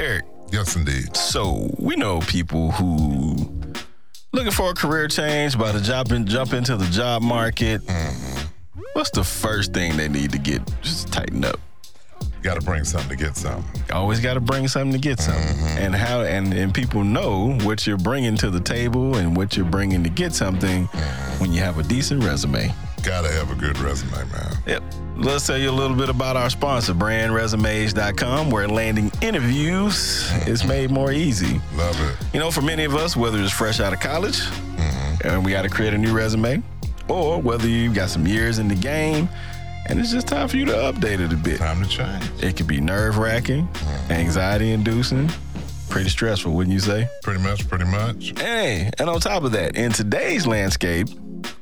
Eric, Yes, indeed. so we know people who looking for a career change, about to jump in, jump into the job market. What's the first thing they need to get? Just tighten up. Got to bring something to get something. Always got to bring something to get something, and how and and people know what you're bringing to the table and what you're bringing to get something when you have a decent resume. Got to have a good resume, man. Yep. Let's tell you a little bit about our sponsor, brandresumes.com, where landing interviews is made more easy. Love it. You know, for many of us, whether it's fresh out of college and we got to create a new resume, or whether you've got some years in the game and it's just time for you to update it a bit. Time to change. It could be nerve wracking, anxiety inducing, pretty stressful, wouldn't you say? Pretty much, pretty much. Hey, and on top of that, in today's landscape,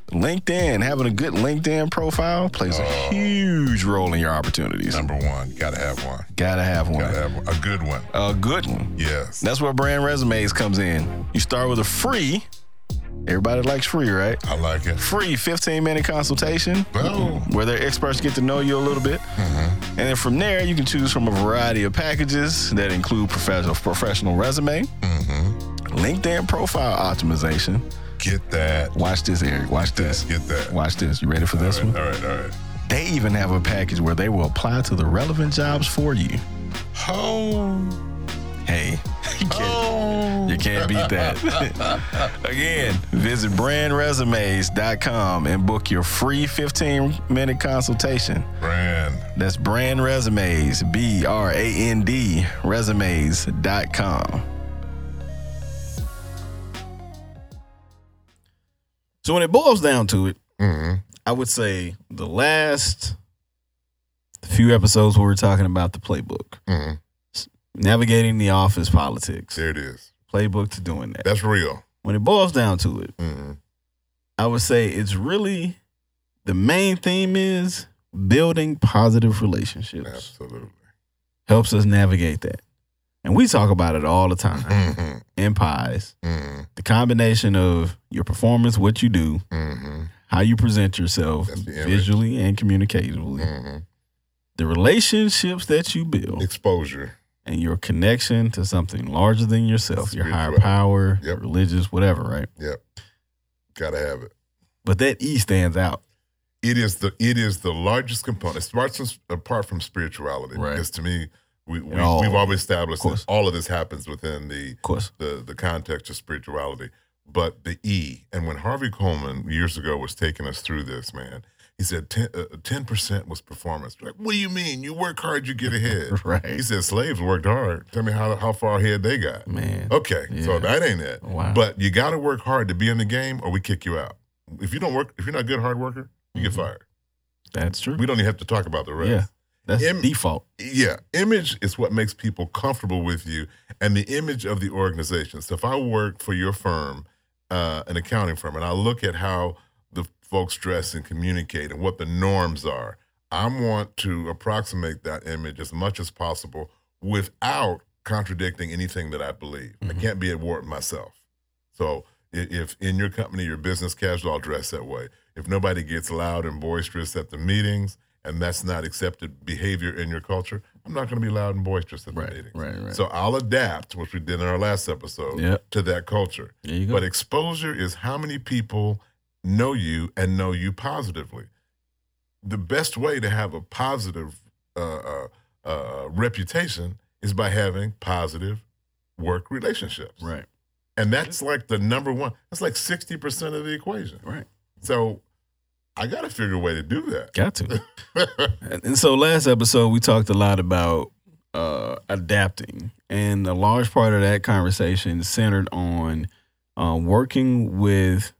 LinkedIn, having a good LinkedIn profile plays a huge role in your opportunities. Number one, got to have one. Gotta have one. Got to have one. a good one. A good one. Yes. That's where brand resumes comes in. You start with a free. Everybody likes free, right? I like it. Free 15 minute consultation Boom. where their experts get to know you a little bit. Mm-hmm. And then from there, you can choose from a variety of packages that include professional professional resume, Mm-hmm. LinkedIn profile optimization. Get that. Watch this, Eric. Watch this. Get that. Watch this. You ready for this All one? right, all right. They even have a package where they will apply to the relevant jobs for you. Oh. Hey, you can't, Oh. you can't beat that. Again, visit brandresumes.com and book your free 15 minute consultation. Brand. That's brand resumes, B R A N D resumes.com. So when it boils down to it, I would say the last few episodes where we're talking about the playbook, Mhm. S- navigating the office politics, There it is. playbook to doing that. That's real. When it boils down to it, Mm. I would say it's really the main theme is building positive relationships Absolutely. helps us navigate that. And we talk about it all the time Mm-hmm. in pies. Mm-hmm. The combination of your performance, what you do, Mm-hmm. how you present yourself That's the image. visually and communicatively, Mm-hmm. the relationships that you build, Exposure. and your connection to something larger than yourself, your higher Spiritual. power, Yep. religious, whatever, right? Yep. Got to have it. But that E stands out. It is the it is the largest component. It starts with- apart from spirituality. Right. Because to me, we, we all- we've always established course. that all of this happens within the Of course. the the context of spirituality, but the E. And when Harvey Coleman years ago was taking us through this, man, he said ten percent was performance. Like, what do you mean? You work hard, you get ahead. Right. he said slaves worked hard. Tell me how how far ahead they got. Man. Okay, Yeah. so that ain't it. Wow. Oh, But you got to work hard to be in the game, or we kick you out. If you don't work, if you're not a good hard worker, you Mm-hmm. get fired. That's true. We don't even have to talk about the rest. Yeah. That's Im- default. Yeah, image is what makes people comfortable with you and the image of the organization. So if I work for your firm, uh, an accounting firm, and I look at how the folks dress and communicate and what the norms are, I want to approximate that image as much as possible without contradicting anything that I believe. I can't be at war with myself. So i- if in your company, your business casual, I'll dress that way. If nobody gets loud and boisterous at the meetings, and that's not accepted behavior in your culture, I'm not going to be loud and boisterous at the meetings. Right, right. So I'll adapt, which we did in our last episode, Yep. to that culture. There you go. But exposure is how many people know you and know you positively. The best way to have a positive uh, uh, uh, reputation is by having positive work relationships. right. And that's like the number one, that's like 60% of the equation. Right. So I got to figure a way to do that. Got to. And and so last episode we talked a lot about uh adapting and a large part of that conversation centered on uh, working with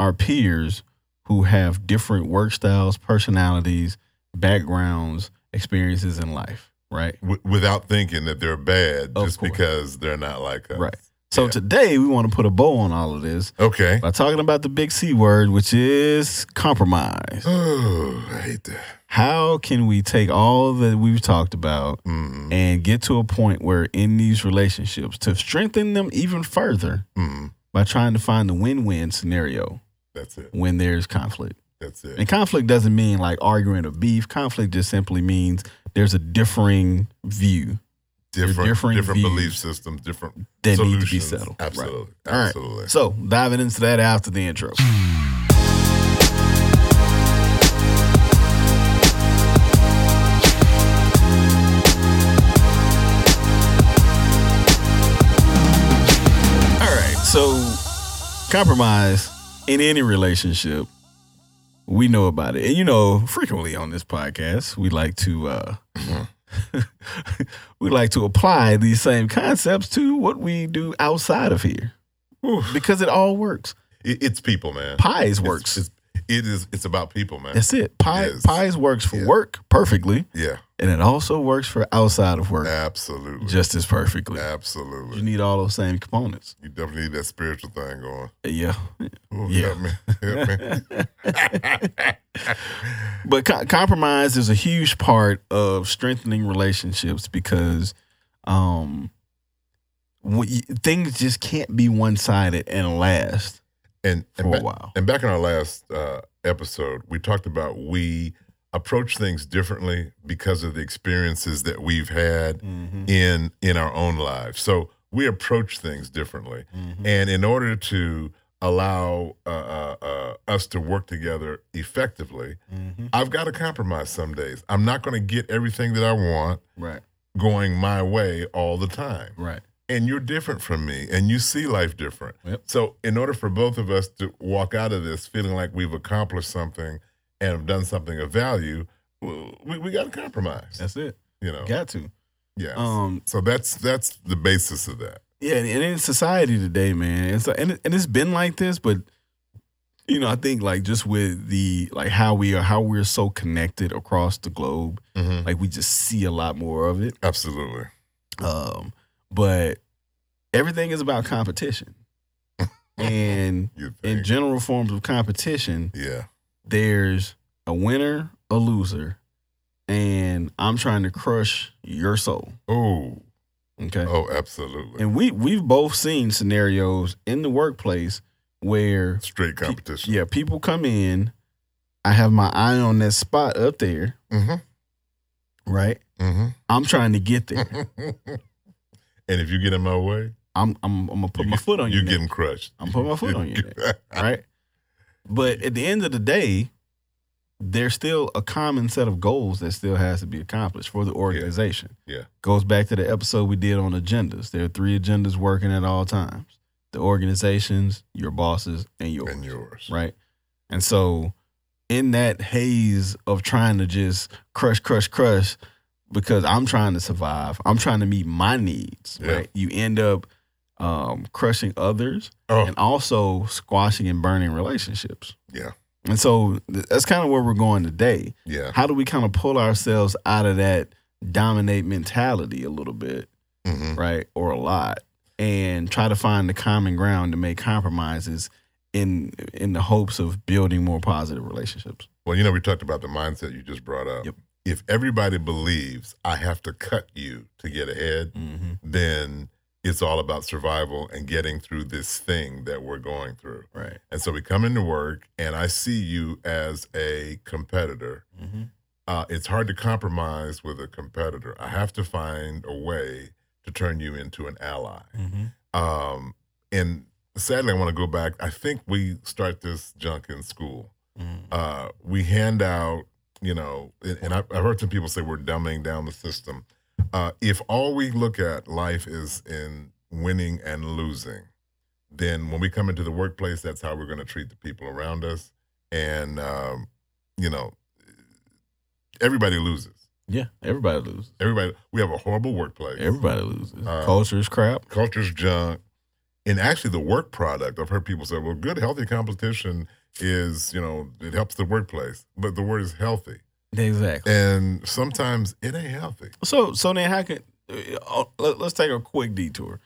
our peers who have different work styles, personalities, backgrounds, experiences in life, right? w- without thinking that they're bad Of just course. because they're not like us. Right. So today we want to put a bow on all of this Okay. by talking about the big C word, which is compromise. Oh, I hate that. How can we take all that we've talked about Mm, and get to a point where in these relationships to strengthen them even further mm. by trying to find the win-win scenario That's it. when there's conflict. That's it. And conflict doesn't mean like arguing or beef. Conflict just simply means there's a differing view different, different different, views belief systems, different that solutions. need to be settled. Right. Absolutely, All right. absolutely. So diving into that after the intro. All right. So compromise in any relationship, we know about it, and you know, frequently on this podcast, we like to. uh we like to apply these same concepts to what we do outside of here because it all works. It- it's people, man. Pies It's- works. It's, it is. It's about people, man. That's it. Pie, Yes. Pies works for Yeah. work perfectly, Yeah, and it also works for outside of work absolutely, just as perfectly. You absolutely. need all those same components. You definitely need that spiritual thing going. Yeah. Ooh, Yeah. Help me, help me. But co- compromise is a huge part of strengthening relationships because um, what you, things just can't be one sided and last And for and, a back, while. and back in our last uh, episode, we talked about we approach things differently because of the experiences that we've had Mm-hmm. in in our own lives. So we approach things differently. Mm-hmm. And in order to allow uh, uh, uh, us to work together effectively, Mm-hmm. I've got to compromise some days. I'm not going to get everything that I want Right, going my way all the time. right. And you're different from me, and you see life different. Yep. So, in order for both of us to walk out of this feeling like we've accomplished something and have done something of value, w- we, we got to compromise. That's it. you know, Got to. yeah. Um, so that's that's the basis of that. yeah, and and in society today, man, it's like, and it, and it's been like this, but you know, I think like just with the like how we are, how we're so connected across the globe, Mm-hmm. like we just see a lot more of it. Absolutely. Um, but everything is about competition, and You in think? general forms of competition, yeah. there's a winner, a loser, and I'm trying to crush your soul. Oh. Okay. Oh, absolutely. And we we've both seen scenarios in the workplace where Straight competition. yeah, people come in, I have my eye on that spot up there, Mm-hmm. right? Mm-hmm. I'm trying to get Mm. there. and if you get in my way, I'm I'm, I'm gonna put You my get- foot on you. you're getting crushed. I'm putting my foot on your neck, right? But at the end of the day, there's still a common set of goals that still has to be accomplished for the organization. Yeah. Goes back to the episode we did on agendas. There are three agendas working at all times. The organizations, your bosses, and yours. and yours. right? And so, in that haze of trying to just crush, crush, crush, because I'm trying to survive, I'm trying to meet my needs, Yeah. right? You end up um, crushing others Oh, and also squashing and burning relationships. Yeah. And so, th- that's kind of where we're going today. yeah. How do we kind of pull ourselves out of that dominate mentality a little bit? Mm-hmm. right, or a lot, and try to find the common ground to make compromises in in the hopes of building more positive relationships. Well, you know, we talked about the mindset you just brought up. Yep. If everybody believes I have to cut you to get ahead, Mm-hmm. then it's all about survival and getting through this thing that we're going through. Right. And so we come into work, and I see you as a competitor. Mm-hmm. uh, it's hard to compromise with a competitor. I have to find a way to turn you into an ally. Mm-hmm. Um, and sadly, I want to go back. I think we start this junk in school. Mm-hmm. Uh, we hand out, you know, and, and I've, I've heard some people say we're dumbing down the system. Uh, if all we look at life is in winning and losing, then when we come into the workplace, that's how we're going to treat the people around us. And, um, you know, everybody loses. Yeah. Everybody loses. Everybody, we have a horrible workplace. Everybody loses. Uh, Culture is crap. Culture's junk. And actually, the work product, I've heard people say, well, good, healthy competition is, you know, it helps the workplace. But the word is healthy. Exactly. And sometimes it ain't healthy. So so then how can uh, let- let's take a quick detour.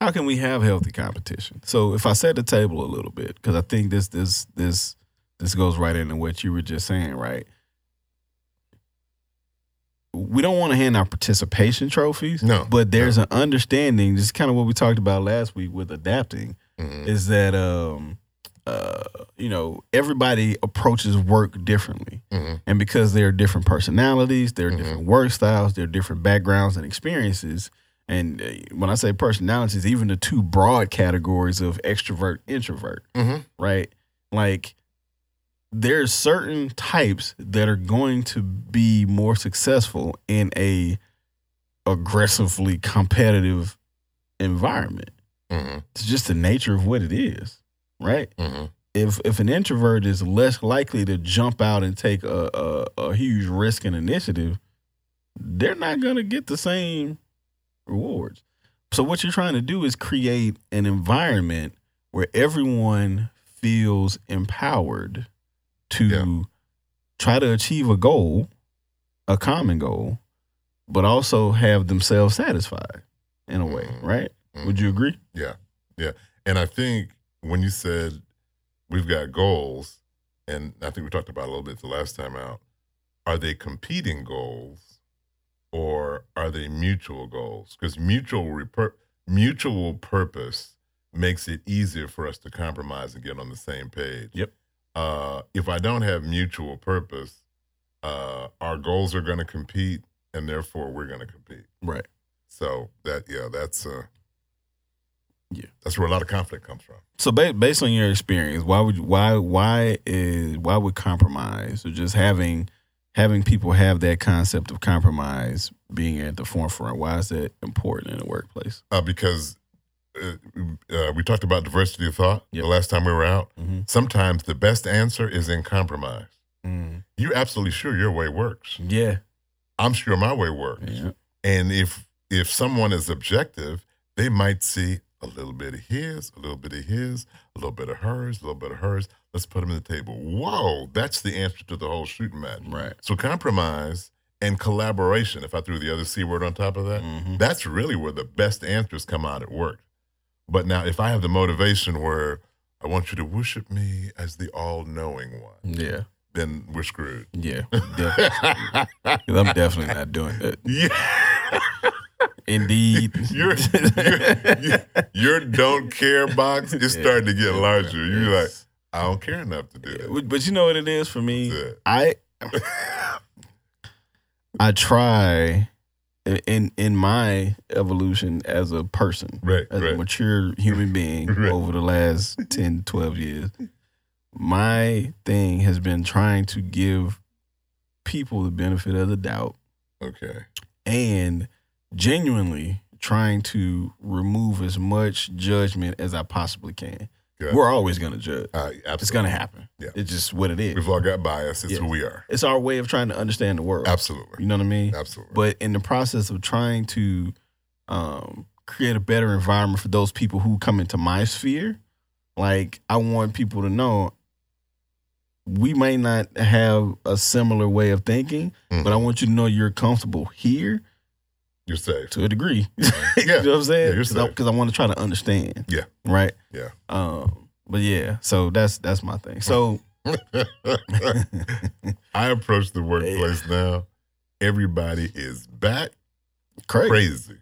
How can we have healthy competition? So if I set the table a little bit, because I think this this this this goes right into what you were just saying, right? We don't want to hand out participation trophies, No, but there's an understanding. This is kind of what we talked about last week with adapting Mhm. is that um uh you know everybody approaches work differently Mhm. and because there are different personalities there are Mhm. different work styles there are different backgrounds and experiences And uh, when I say personalities, even the two broad categories of extrovert, introvert, Mhm. right? Like there are certain types that are going to be more successful in a aggressively competitive environment. Mhm. It's just the nature of what it is, right? Mhm. if if an introvert is less likely to jump out and take a a, a huge risk and initiative, they're not going to get the same rewards. So what you're trying to do is create an environment where everyone feels empowered to Yeah. try to achieve a goal, a common goal, but also have themselves satisfied in a way, Mhm. right? Mhm. Would you agree? And I think when you said we've got goals, and I think we talked about it a little bit the last time out, are they competing goals or are they mutual goals? Because mutual repur- mutual purpose makes it easier for us to compromise and get on the same page. Yep. Uh, if I don't have mutual purpose, uh, our goals are going to compete, and therefore we're going to compete. Right. So that yeah, that's uh, Yeah. that's where a lot of conflict comes from. So ba- based on your experience, why would you- why why is why would compromise or just having having people have that concept of compromise being at the forefront? Why is that important in the workplace? uh, because uh, uh, we talked about diversity of thought Yep. the last time we were out. Mm-hmm. Sometimes the best answer is in compromise. You're absolutely sure your way works. Yeah, I'm sure my way works. yeah, And if if someone is objective, they might see a little bit of his, a little bit of his, a little bit of hers, a little bit of hers. Let's put them in the table. Whoa, that's the answer to the whole shooting match. right. So compromise and collaboration. If I threw the other c word on top of that, Mhm. that's really where the best answers come out at work. But now, if I have the motivation where I want you to worship me as the all knowing one, Yeah, then we're screwed. yeah. def- 'Cause I'm definitely not doing that. yeah. Indeed, Your, your, your don't care box is Yeah. starting to get larger. You're like, Yes. I don't care enough to do Yeah, that. but- but you know what it is for me. That's it. I I try in in my evolution as a person, Right, as a right. mature human being Right. over the last 10, 12 years. My thing has been trying to give people the benefit of the doubt Okay. and genuinely trying to remove as much judgment as I possibly can. Good. We're always going to judge. Uh, It's absolutely. going to happen. Yeah. It's just what it is. We've all got bias. It's Yes. who we are. It's our way of trying to understand the world. Absolutely. You know what I mean? Absolutely. But in the process of trying to um, create a better environment for those people who come into my sphere, like I want people to know we may not have a similar way of thinking, but I Mm-hmm. want you to know you're comfortable here You're safe. to a degree. you Yeah. know what I'm Yeah, saying? you're Because I, safe. 'cause I want to try to understand. Yeah. Right. Yeah. Um, but yeah, so that's that's my thing. So I approach the workplace now. Everybody is back crazy, crazy,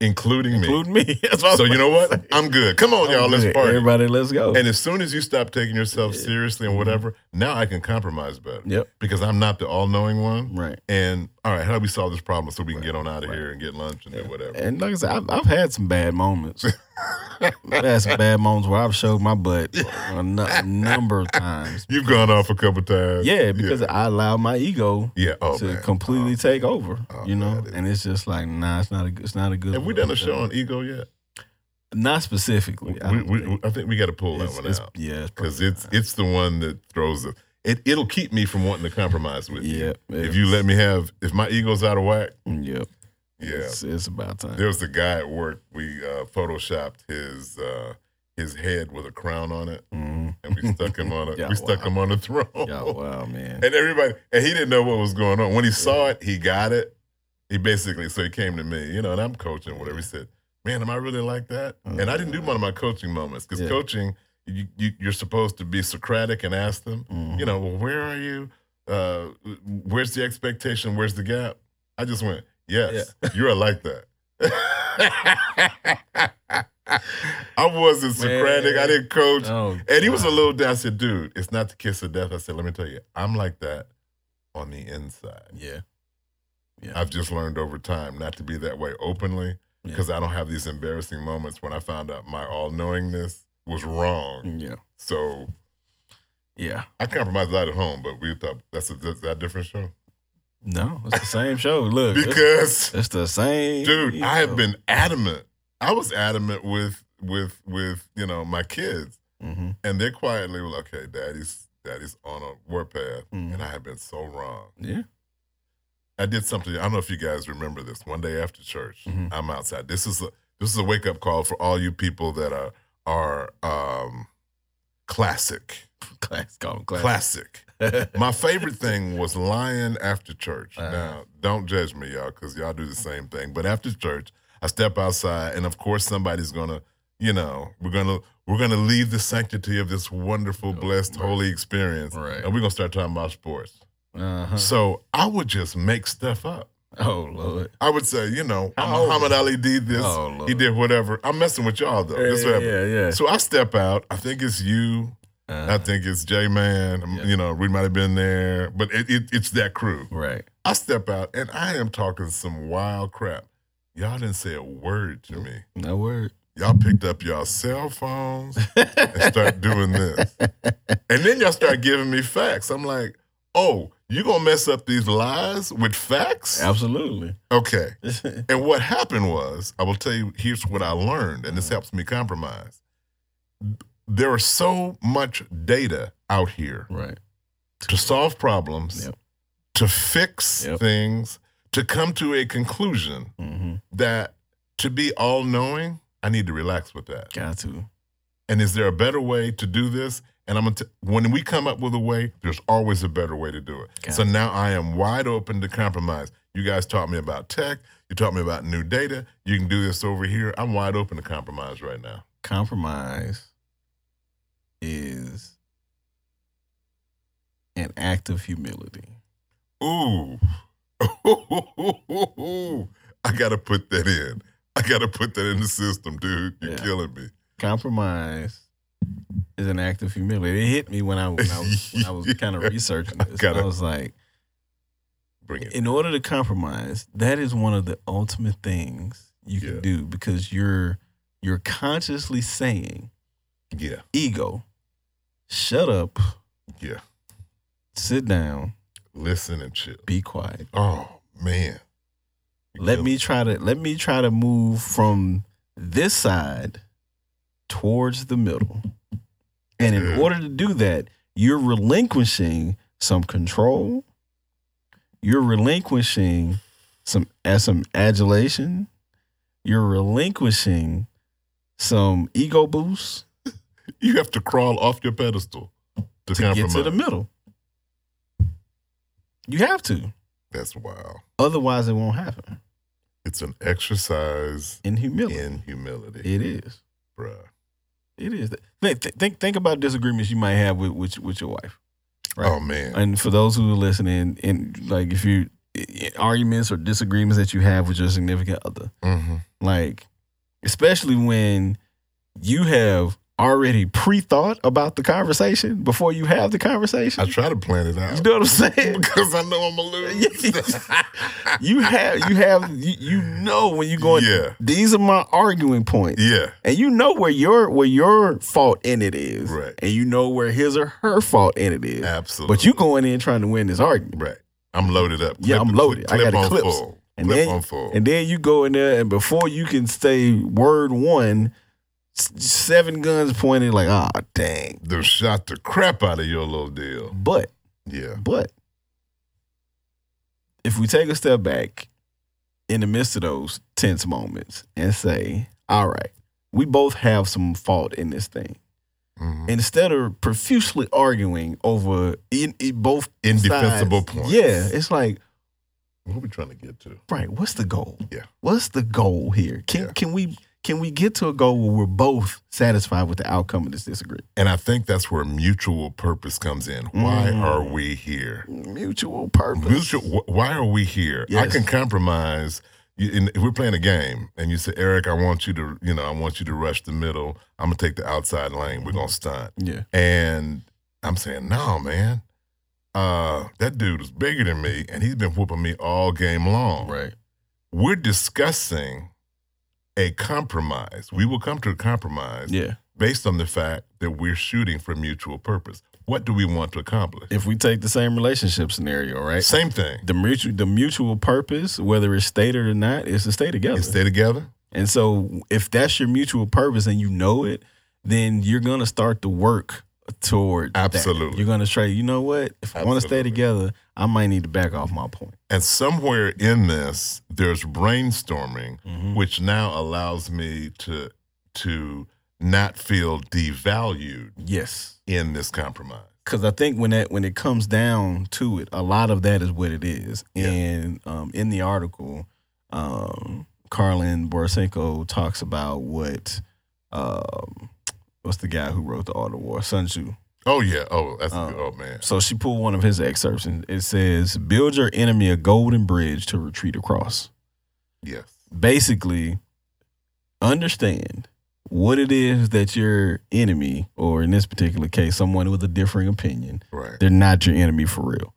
including me. including me. That's what I was so you know about to what? say. I'm good. Come on, I'm y'all. Let's good. party. Everybody, let's go. And as soon as you stop taking yourself Yeah. seriously and Mhm. whatever, now I can compromise better yep. because I'm not the all-knowing one. Right. And all right, how do we solve this problem so we can get on out of Right. here and get lunch and do whatever? And like I said, I've, I've had some bad moments. I've had some bad moments where I've showed my butt a, nu- a number of times. You've gone off a couple times. Yeah, because I allowed my ego yeah. Oh, to man. completely Oh. take over. Oh, you know, man, it- and it's just like, nah, it's not a, good- it's not a good. Have we look. done a show on ego yet? Not specifically. I we, don't we, think. I think we got to pull It's- that one it's- out. Yeah, because it's it's the one that throws it. It it'll keep me from wanting to compromise with you. yeah. If you let me have, if my ego's out of whack, yeah, yeah. it's, it's about time. There was a guy at work. We uh, photoshopped his uh, his head with a crown on it, Mhm. and we stuck him on a Yeah, we stuck wow. him on a throne. Yeah, wow, man. And everybody, and he didn't know what was going on. When he saw it, he got it. He basically, so he came to me, you know, and I'm coaching, whatever. He said, "Man, am I really like that?" And I didn't do one of my coaching moments because Uh-huh. Yeah. coaching, you, you you're supposed to be Socratic and ask them, Mm-hmm. you know, well, where are you? Uh, where's the expectation? Where's the gap? I just went, yes, you are like that. I wasn't Socratic. I Man. didn't coach. Oh, And he was a God. little down. I said, dude, it's not the kiss of death. I said, let me tell you, I'm like that on the inside. Yeah. I've just learned over time not to be that way openly, because I don't have these embarrassing moments when I found out my all knowingness was wrong. Yeah. So Yeah. I compromised a lot at home, but we thought that's a that's that different show No, it's the same show. Look, it's- because. it's, the same. dude i have show. been adamant i was adamant with with with you know my kids Mhm. and they quietly were like okay daddy's daddy's on a warpath Mhm. and i have been so wrong Yeah. i did something i don't know if you guys remember this one day after church Mhm. i'm outside this is a this is a wake-up call for all you people that are are um classic Class, call them class. classic my favorite thing was lying after church. Uh-huh. Now, don't judge me, y'all, because y'all do the same thing. But after church, I step outside, and of course, somebody's gonna, you know, we're gonna we're gonna leave the sanctity of this wonderful, blessed, holy experience, Oh, Right. and we're gonna start talking about sports. Uh-huh. So I would just make stuff up. Oh Lord. I would say, you know, How old? Muhammad Ali did this. Oh, Lord. he did whatever. I'm messing with y'all though. That's what yeah, happened. yeah, yeah. So I step out. I think it's you. I Uh, think it's J Man. Yeah. You know, we might have been there, but it, it, it's that crew. Uh-huh. right. I step out and I am talking some wild crap. Y'all didn't say a word to me. No word. Y'all picked up y'all cell phones and start doing this. And then y'all start giving me facts. I'm like, oh, you gonna mess up these lies with facts? Absolutely. Okay. And what happened was, I will tell you, here's what I learned, and this helps me compromise. There are so much data out here right. to solve problems, Yep. to fix Yep. things, to come to a conclusion Mm-hmm. that to be all knowing, I need to relax with that. Got to. And is there a better way to do this? And I'm gonna t- when we come up with a way, there's always a better way to do it. Got so now I am wide open to compromise. You guys taught me about tech. You taught me about new data. You can do this over here. I'm wide open to compromise right now. Compromise is an act of humility. Ooh. I gotta put that in. I gotta put that in the system, dude. You're Yeah. killing me. Compromise is an act of humility. It hit me when I when I was, when I was kind of researching this. Gotta- I was like, Bring it. in order to compromise, that is one of the ultimate things you Yeah. can do because you're you're consciously saying Yeah. ego, shut up, Yeah. sit down, Listen and chill. be quiet. Oh man. You're Let killing me try to let me try to move from this side towards the middle. And in Yeah. order to do that, you're relinquishing some control. You're relinquishing some uh, some adulation. You're relinquishing some ego boost You have to crawl off your pedestal to, to compromise. get to the middle. You have to. That's wild. Otherwise, it won't happen. It's an exercise In humility, in humility, it is. bruh. It is. Think, think- think, think about disagreements you might have with with, with your wife. Right. Oh man. And for those who are listening, and like if you arguments or disagreements that you have with your significant other, hmm like especially when you have already pre-thought about the conversation before you have I the conversation. try to plan it You out know what I'm saying? because I know I'm gonna lose. you have you have you, you know when you're going. yeah. These are my arguing points. Yeah. and you know where your where your fault in it is, Right. And you know where his or her fault in it is. Absolutely. But you going in trying to win this argument, right. I'm loaded up. Yeah, I'm loaded. I Clip got on clips. full. And clip then- on full. and then you go in there, and before you can say word one, s- seven guns pointed like, ah, dang. They've shot the crap out of your little deal. But Yeah. but if we take a step back in the midst of those tense moments and say, all right, we both have some fault in this thing. Mhm. instead of profusely arguing over in, in both Indefensible sides, points. Yeah, it's like What are we trying to get to? right. What's the goal? Yeah. What's the goal here? Can Yeah. can we can we get to a goal where we're both satisfied with the outcome of this disagreement? And I think that's where mutual purpose comes in. Why Mm. are we here? Mutual purpose. Mutual, wh- why are we here? I Yes. can compromise. You, and if we're playing a game, and you say, Eric, I want you to, you know, I want you to rush the middle. I'm gonna take the outside lane. We're gonna stunt. Yeah. And I'm saying, no, man. Uh, that dude is bigger than me, and he's been whooping me all game long. Right. We're discussing a compromise. We will come to a compromise Yeah. based on the fact that we're shooting for mutual purpose. What do we want to accomplish? If we take the same relationship scenario, right? Same thing. The mutual the mutual purpose, whether it's stated or not, is to stay together. You stay together. and so if that's your mutual purpose and you know it, then you're gonna start to work toward that. Absolutely. You're gonna try, you know what? If I wanna stay Absolutely. together, I might need to back off my point. And somewhere in this, there's brainstorming, which now allows me to to not feel devalued Yes. in this compromise. because I think when that when it comes down to it, a lot of that is what it is. Yeah. And um, in the article, um, Carlin Borisenko talks about what um, what's the guy who wrote the Art of War, Sun Tzu. Oh yeah. Oh, that's Um, oh man. So she pulled one of his excerpts, and it says, "Build your enemy a golden bridge to retreat across." Yes. Basically, understand what it is that your enemy, or in this particular case, someone with a differing opinion, Right. they're not your enemy for real.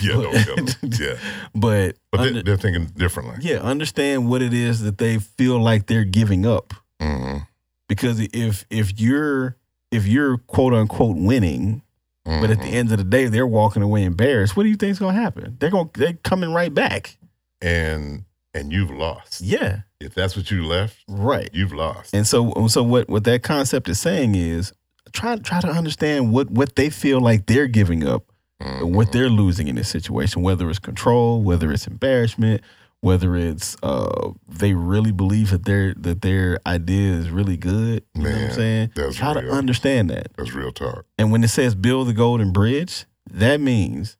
Yeah. No, no, yeah. But, But under- they, they're thinking differently. yeah, understand what it is that they feel like they're giving up. Mhm, Because if if you're if you're quote unquote winning, but at the mhm. end of the day they're walking away embarrassed, what do you think's gonna happen? They're going they're coming right back. Mm-hmm. and and you've lost. Yeah, If that's what you left, right. you've lost. And so so what what that concept is saying is try try to understand what what they feel like they're giving up Mhm. what they're losing in this situation, whether it's control, whether it's embarrassment, whether it's uh, they really believe that their that their idea is really good. You know what Man, I'm saying? that's Try to real. understand that. That's real talk. And when it says build the golden bridge, that means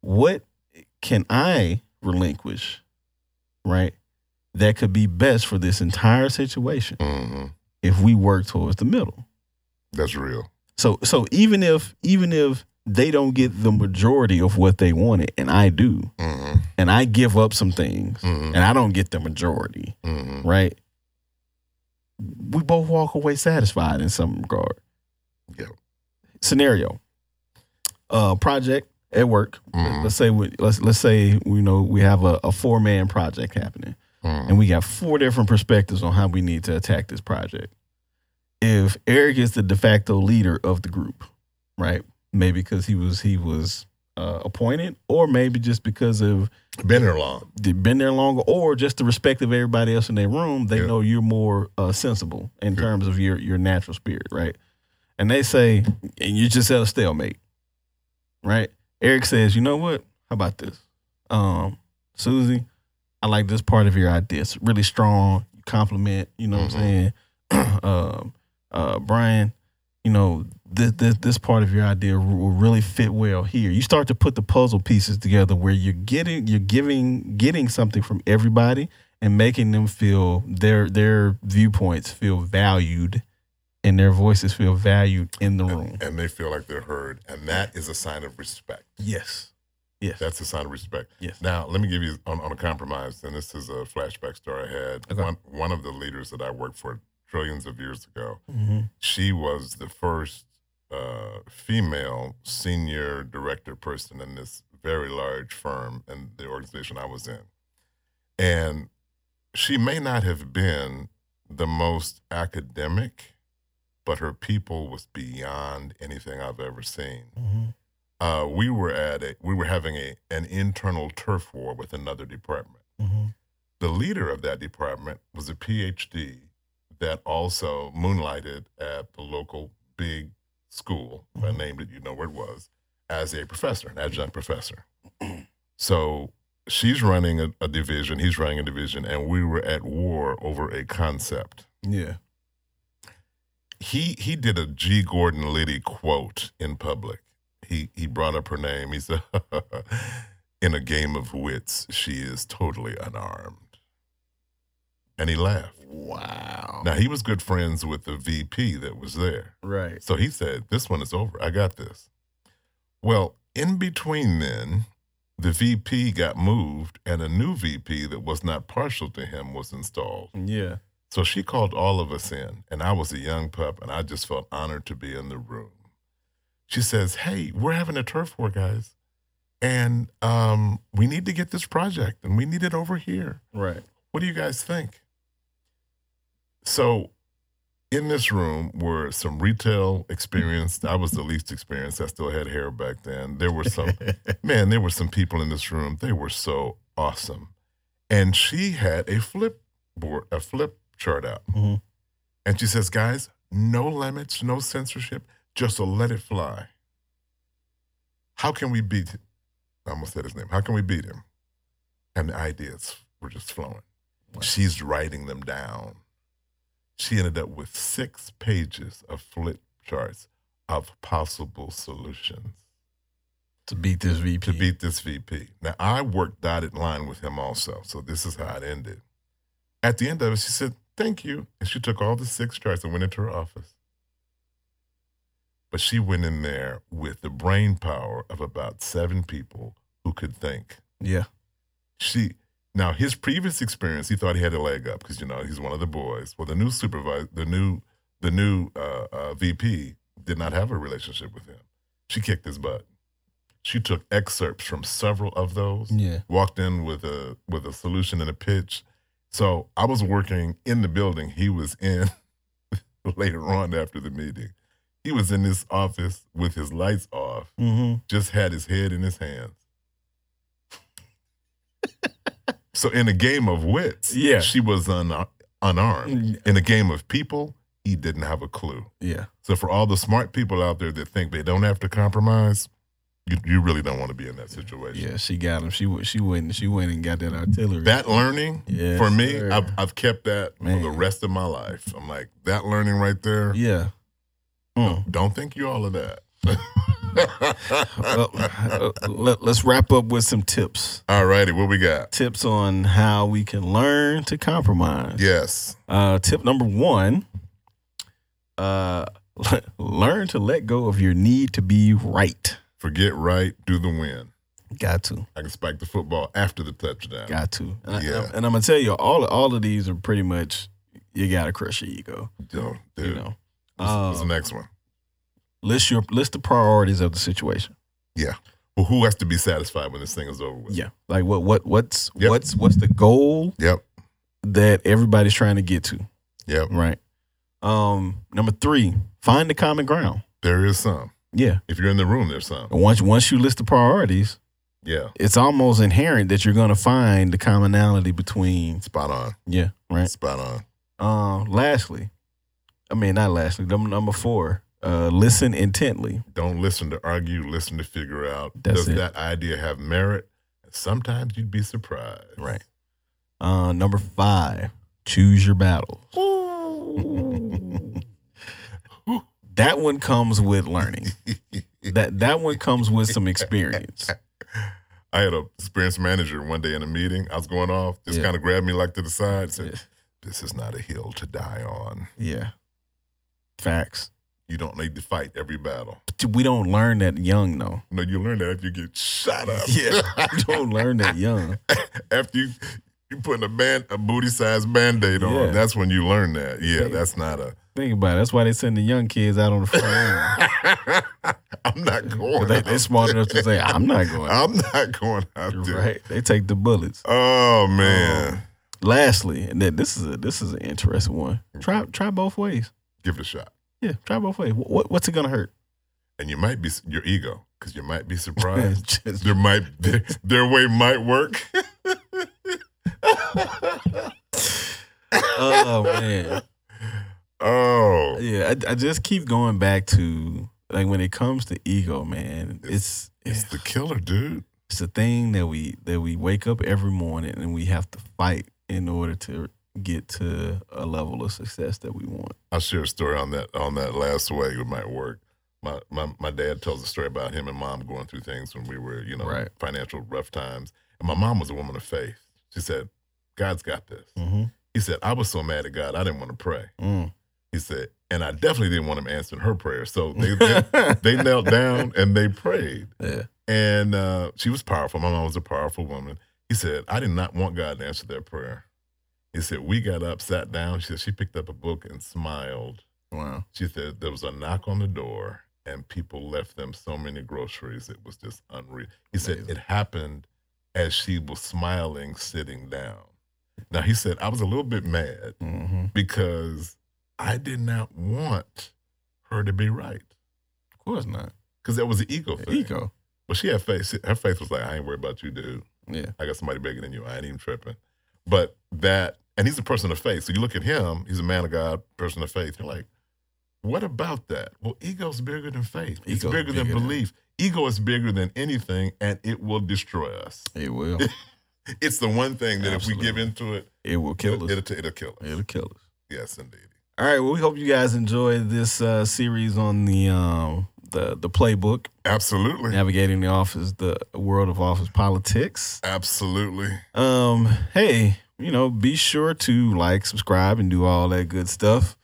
what can I relinquish, right? That could be best for this entire situation hmm if we work towards the middle. That's real. So so even if even if they don't get the majority of what they wanted, and I do, hmm and I give up some things hmm and I don't get the majority, hmm right? We both walk away satisfied in some regard. Yep. Scenario. Uh project at work. Mhm. Let's say we let's let's say you know we have a, a four man project happening hmm and we got four different perspectives on how we need to attack this project. If Eric is the de facto leader of the group, right? Maybe because he was he was uh, appointed, or maybe just because of Been here long. they've been there longer, or just the respect of everybody else in their room, they Yeah. know you're more uh, sensible in Yeah. terms of your your natural spirit, right? And they say, and you just at a stalemate, right? Eric says, you know what? How about this, um, Susie? I like this part of your idea. It's really strong. You compliment. You know what I'm Mm-hmm. saying? um, uh, Brian, you know this, this this part of your idea r- will really fit well here. You start to put the puzzle pieces together where you're getting you're giving getting something from everybody and making them feel their their viewpoints feel valued and their voices feel valued in the room. And they feel like they're heard. And that is a sign of respect. Yes. Yes. That's a sign of respect. yes. Now, let me give you on, on a compromise. And this is a flashback story I had. Okay. One, one of the leaders that I worked for trillions of years ago, hmm she was the first uh, female senior director person in this very large firm and the organization I was in. And she may not have been the most academic, but her people was beyond anything I've ever seen. hmm Uh, we were at a, we were having a an internal turf war with another department. hmm mm-hmm. The leader of that department was a PhD that also moonlighted at the local big school. If I named it, you know where it was, as a professor, an adjunct professor. So she's running a, a division, he's running a division, and we were at war over a concept. Yeah. He he did a G. Gordon Liddy quote in public. He he brought up her name. He said, "In a game of wits, she is totally unarmed," and he laughed. Wow. Now he was good friends with the VP that was there. Right. So he said, This one is over. I got this. Well, in between then, the VP got moved and a new VP that was not partial to him was installed. Yeah. So she called all of us in, and I was a young pup, and I just felt honored to be in the room. She says, Hey, we're having a turf war, guys, and um, we need to get this project, and we need it over here. Right. What do you guys think? So in this room were some retail experienced. I was the least experienced. I still had hair back then. There were some man, there were some people in this room. They were so awesome. And she had a flip board, a flip chart out. Mhm. And she says, guys, no limits, no censorship, just let it fly. How can we beat him? I almost said his name. How can we beat him? And the ideas were just flowing. She's writing them down. She ended up with six pages of flip charts of possible solutions to beat this VP. to beat this VP. Now I worked dotted line with him also, so this is how it ended. At the end of it, she said, "Thank you," and she took all the six charts and went into her office. But she went in there with the brain power of about seven people who could think. yeah. She now his previous experience, he thought he had a leg up because you know he's one of the boys. Well, the new supervisor, the new the new uh, uh, VP did not have a relationship with him. She kicked his butt. She took excerpts from several of those. Yeah. Walked in with a with a solution and a pitch. So I was working in the building. He was in later on after the meeting. He was in this office with his lights off, Mm-hmm. just had his head in his hands. so in a game of wits, Yeah. she was un- unarmed. In a game of people, he didn't have a clue. Yeah. So for all the smart people out there that think they don't have to compromise, you, you really don't want to be in that situation. Yeah. She got him. She went. She went. She went and got that artillery. That learning Yes, for me, sir. I've, I've kept that Man. for the rest of my life. I'm like that learning right there. yeah. Mm. Don't think you all of that. well, uh, let, let's wrap up with some tips. all righty, what we got? Tips on how we can learn to compromise. Yes. Uh, tip number one: uh, learn to let go of your need to be right. Forget right, do the win. Got to. I can spike the football after the touchdown. Got to. And, I, Yeah. and I'm gonna tell you, all all of these are pretty much you gotta crush your ego. Yo, dude. You know, what's, what's the Um, next one? list your list the priorities of the situation. Well, who has to be satisfied when this thing is over with? Yeah, like what what what's Yep. what's what's the goal Yep. that everybody's trying to get to, Yep. right? Um, number three, find the common ground. There is some. Yeah, If you're in the room, there's some. And once once you list the priorities, Yeah. it's almost inherent that you're gonna find the commonality between. Spot on. Yeah, right. Spot on. Um, lastly, I mean not lastly. Number number four, uh, listen intently. Don't listen to argue, listen to figure out That's does it. that idea have merit? Sometimes you'd be surprised. Right. Uh, number five, choose your battle. that one comes with learning. That that one comes with some experience. I had a experienced manager one day in a meeting. I was going off, just Yeah. kind of grabbed me like to the side and said, Yeah. This is not a hill to die on. Yeah. Facts. You don't need to fight every battle. We don't learn that young though. No, you learn that after you get shot up. We don't learn that young. after you you putting a band a booty sized band aid on. Yeah. That's when you learn that. Yeah, Yeah. that's not a Think about it. That's why they send the young kids out on the front line. I'm not going. They, out they smart enough to say, there. I'm not going. out I'm not going out there." there. Right. They take the bullets. Oh man, Um, Lastly, and then this is a this is an interesting one. Try try both ways. give it a shot, Yeah, try both ways. Wh- What what's it gonna hurt? and you might be your ego because you might be surprised. Just- there might their, their way might work. oh man, Oh, yeah. I, I just keep going back to like when it comes to ego, man. It's it's it's the killer, dude. it's a thing that we that we wake up every morning and we have to fight in order to get to a level of success that we want. I'll share a story on that on that last way it might work. My, my my dad tells a story about him and mom going through things when we were, you know, Right. financial rough times. And my mom was a woman of faith. She said, God's got this. Mm-hmm. He said, I was so mad at God, I didn't want to pray. Mm. He said, and I definitely didn't want him answering her prayer. So they they, they knelt down and they prayed. yeah. And uh, she was powerful. My mom was a powerful woman. He said, I did not want God to answer that prayer. He said, We got up, sat down. She said, She picked up a book and smiled. Wow. She said there was a knock on the door and people left them so many groceries. It was just unreal. He said Amazing. it happened as she was smiling, sitting down. Now, he said, I was a little bit mad Mm-hmm. Mhm. because I did not want her to be right Of course not. because that was the ego thing. Ego. But she had faith. Her faith was like, I ain't worried about you, dude. Yeah. I got somebody bigger than you. I ain't even tripping. But that, and he's a person of faith. So you look at him, he's a man of God, person of faith. You're like, what about that? Well, ego's bigger than faith. it's Ego's bigger, than bigger than- belief. Ego is bigger than anything, and it will destroy us. It will. It's the one thing that Absolutely. if we give into it, it will kill it'll, us. it'll, it'll kill us. It'll kill us. Yes, indeed. All right. Well, we hope you guys enjoyed this uh, series on the um, the the playbook, Absolutely. navigating the office, the world of office politics. Absolutely. Um, hey, you know, be sure to like, subscribe, and do all that good stuff.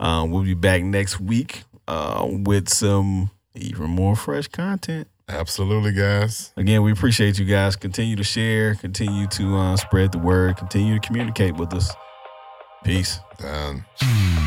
Um, we'll be back next week uh, with some even more fresh content. Absolutely, guys. Again, we appreciate you guys. Continue to share, continue to uh, spread the word, continue to communicate with us. Peace. Done.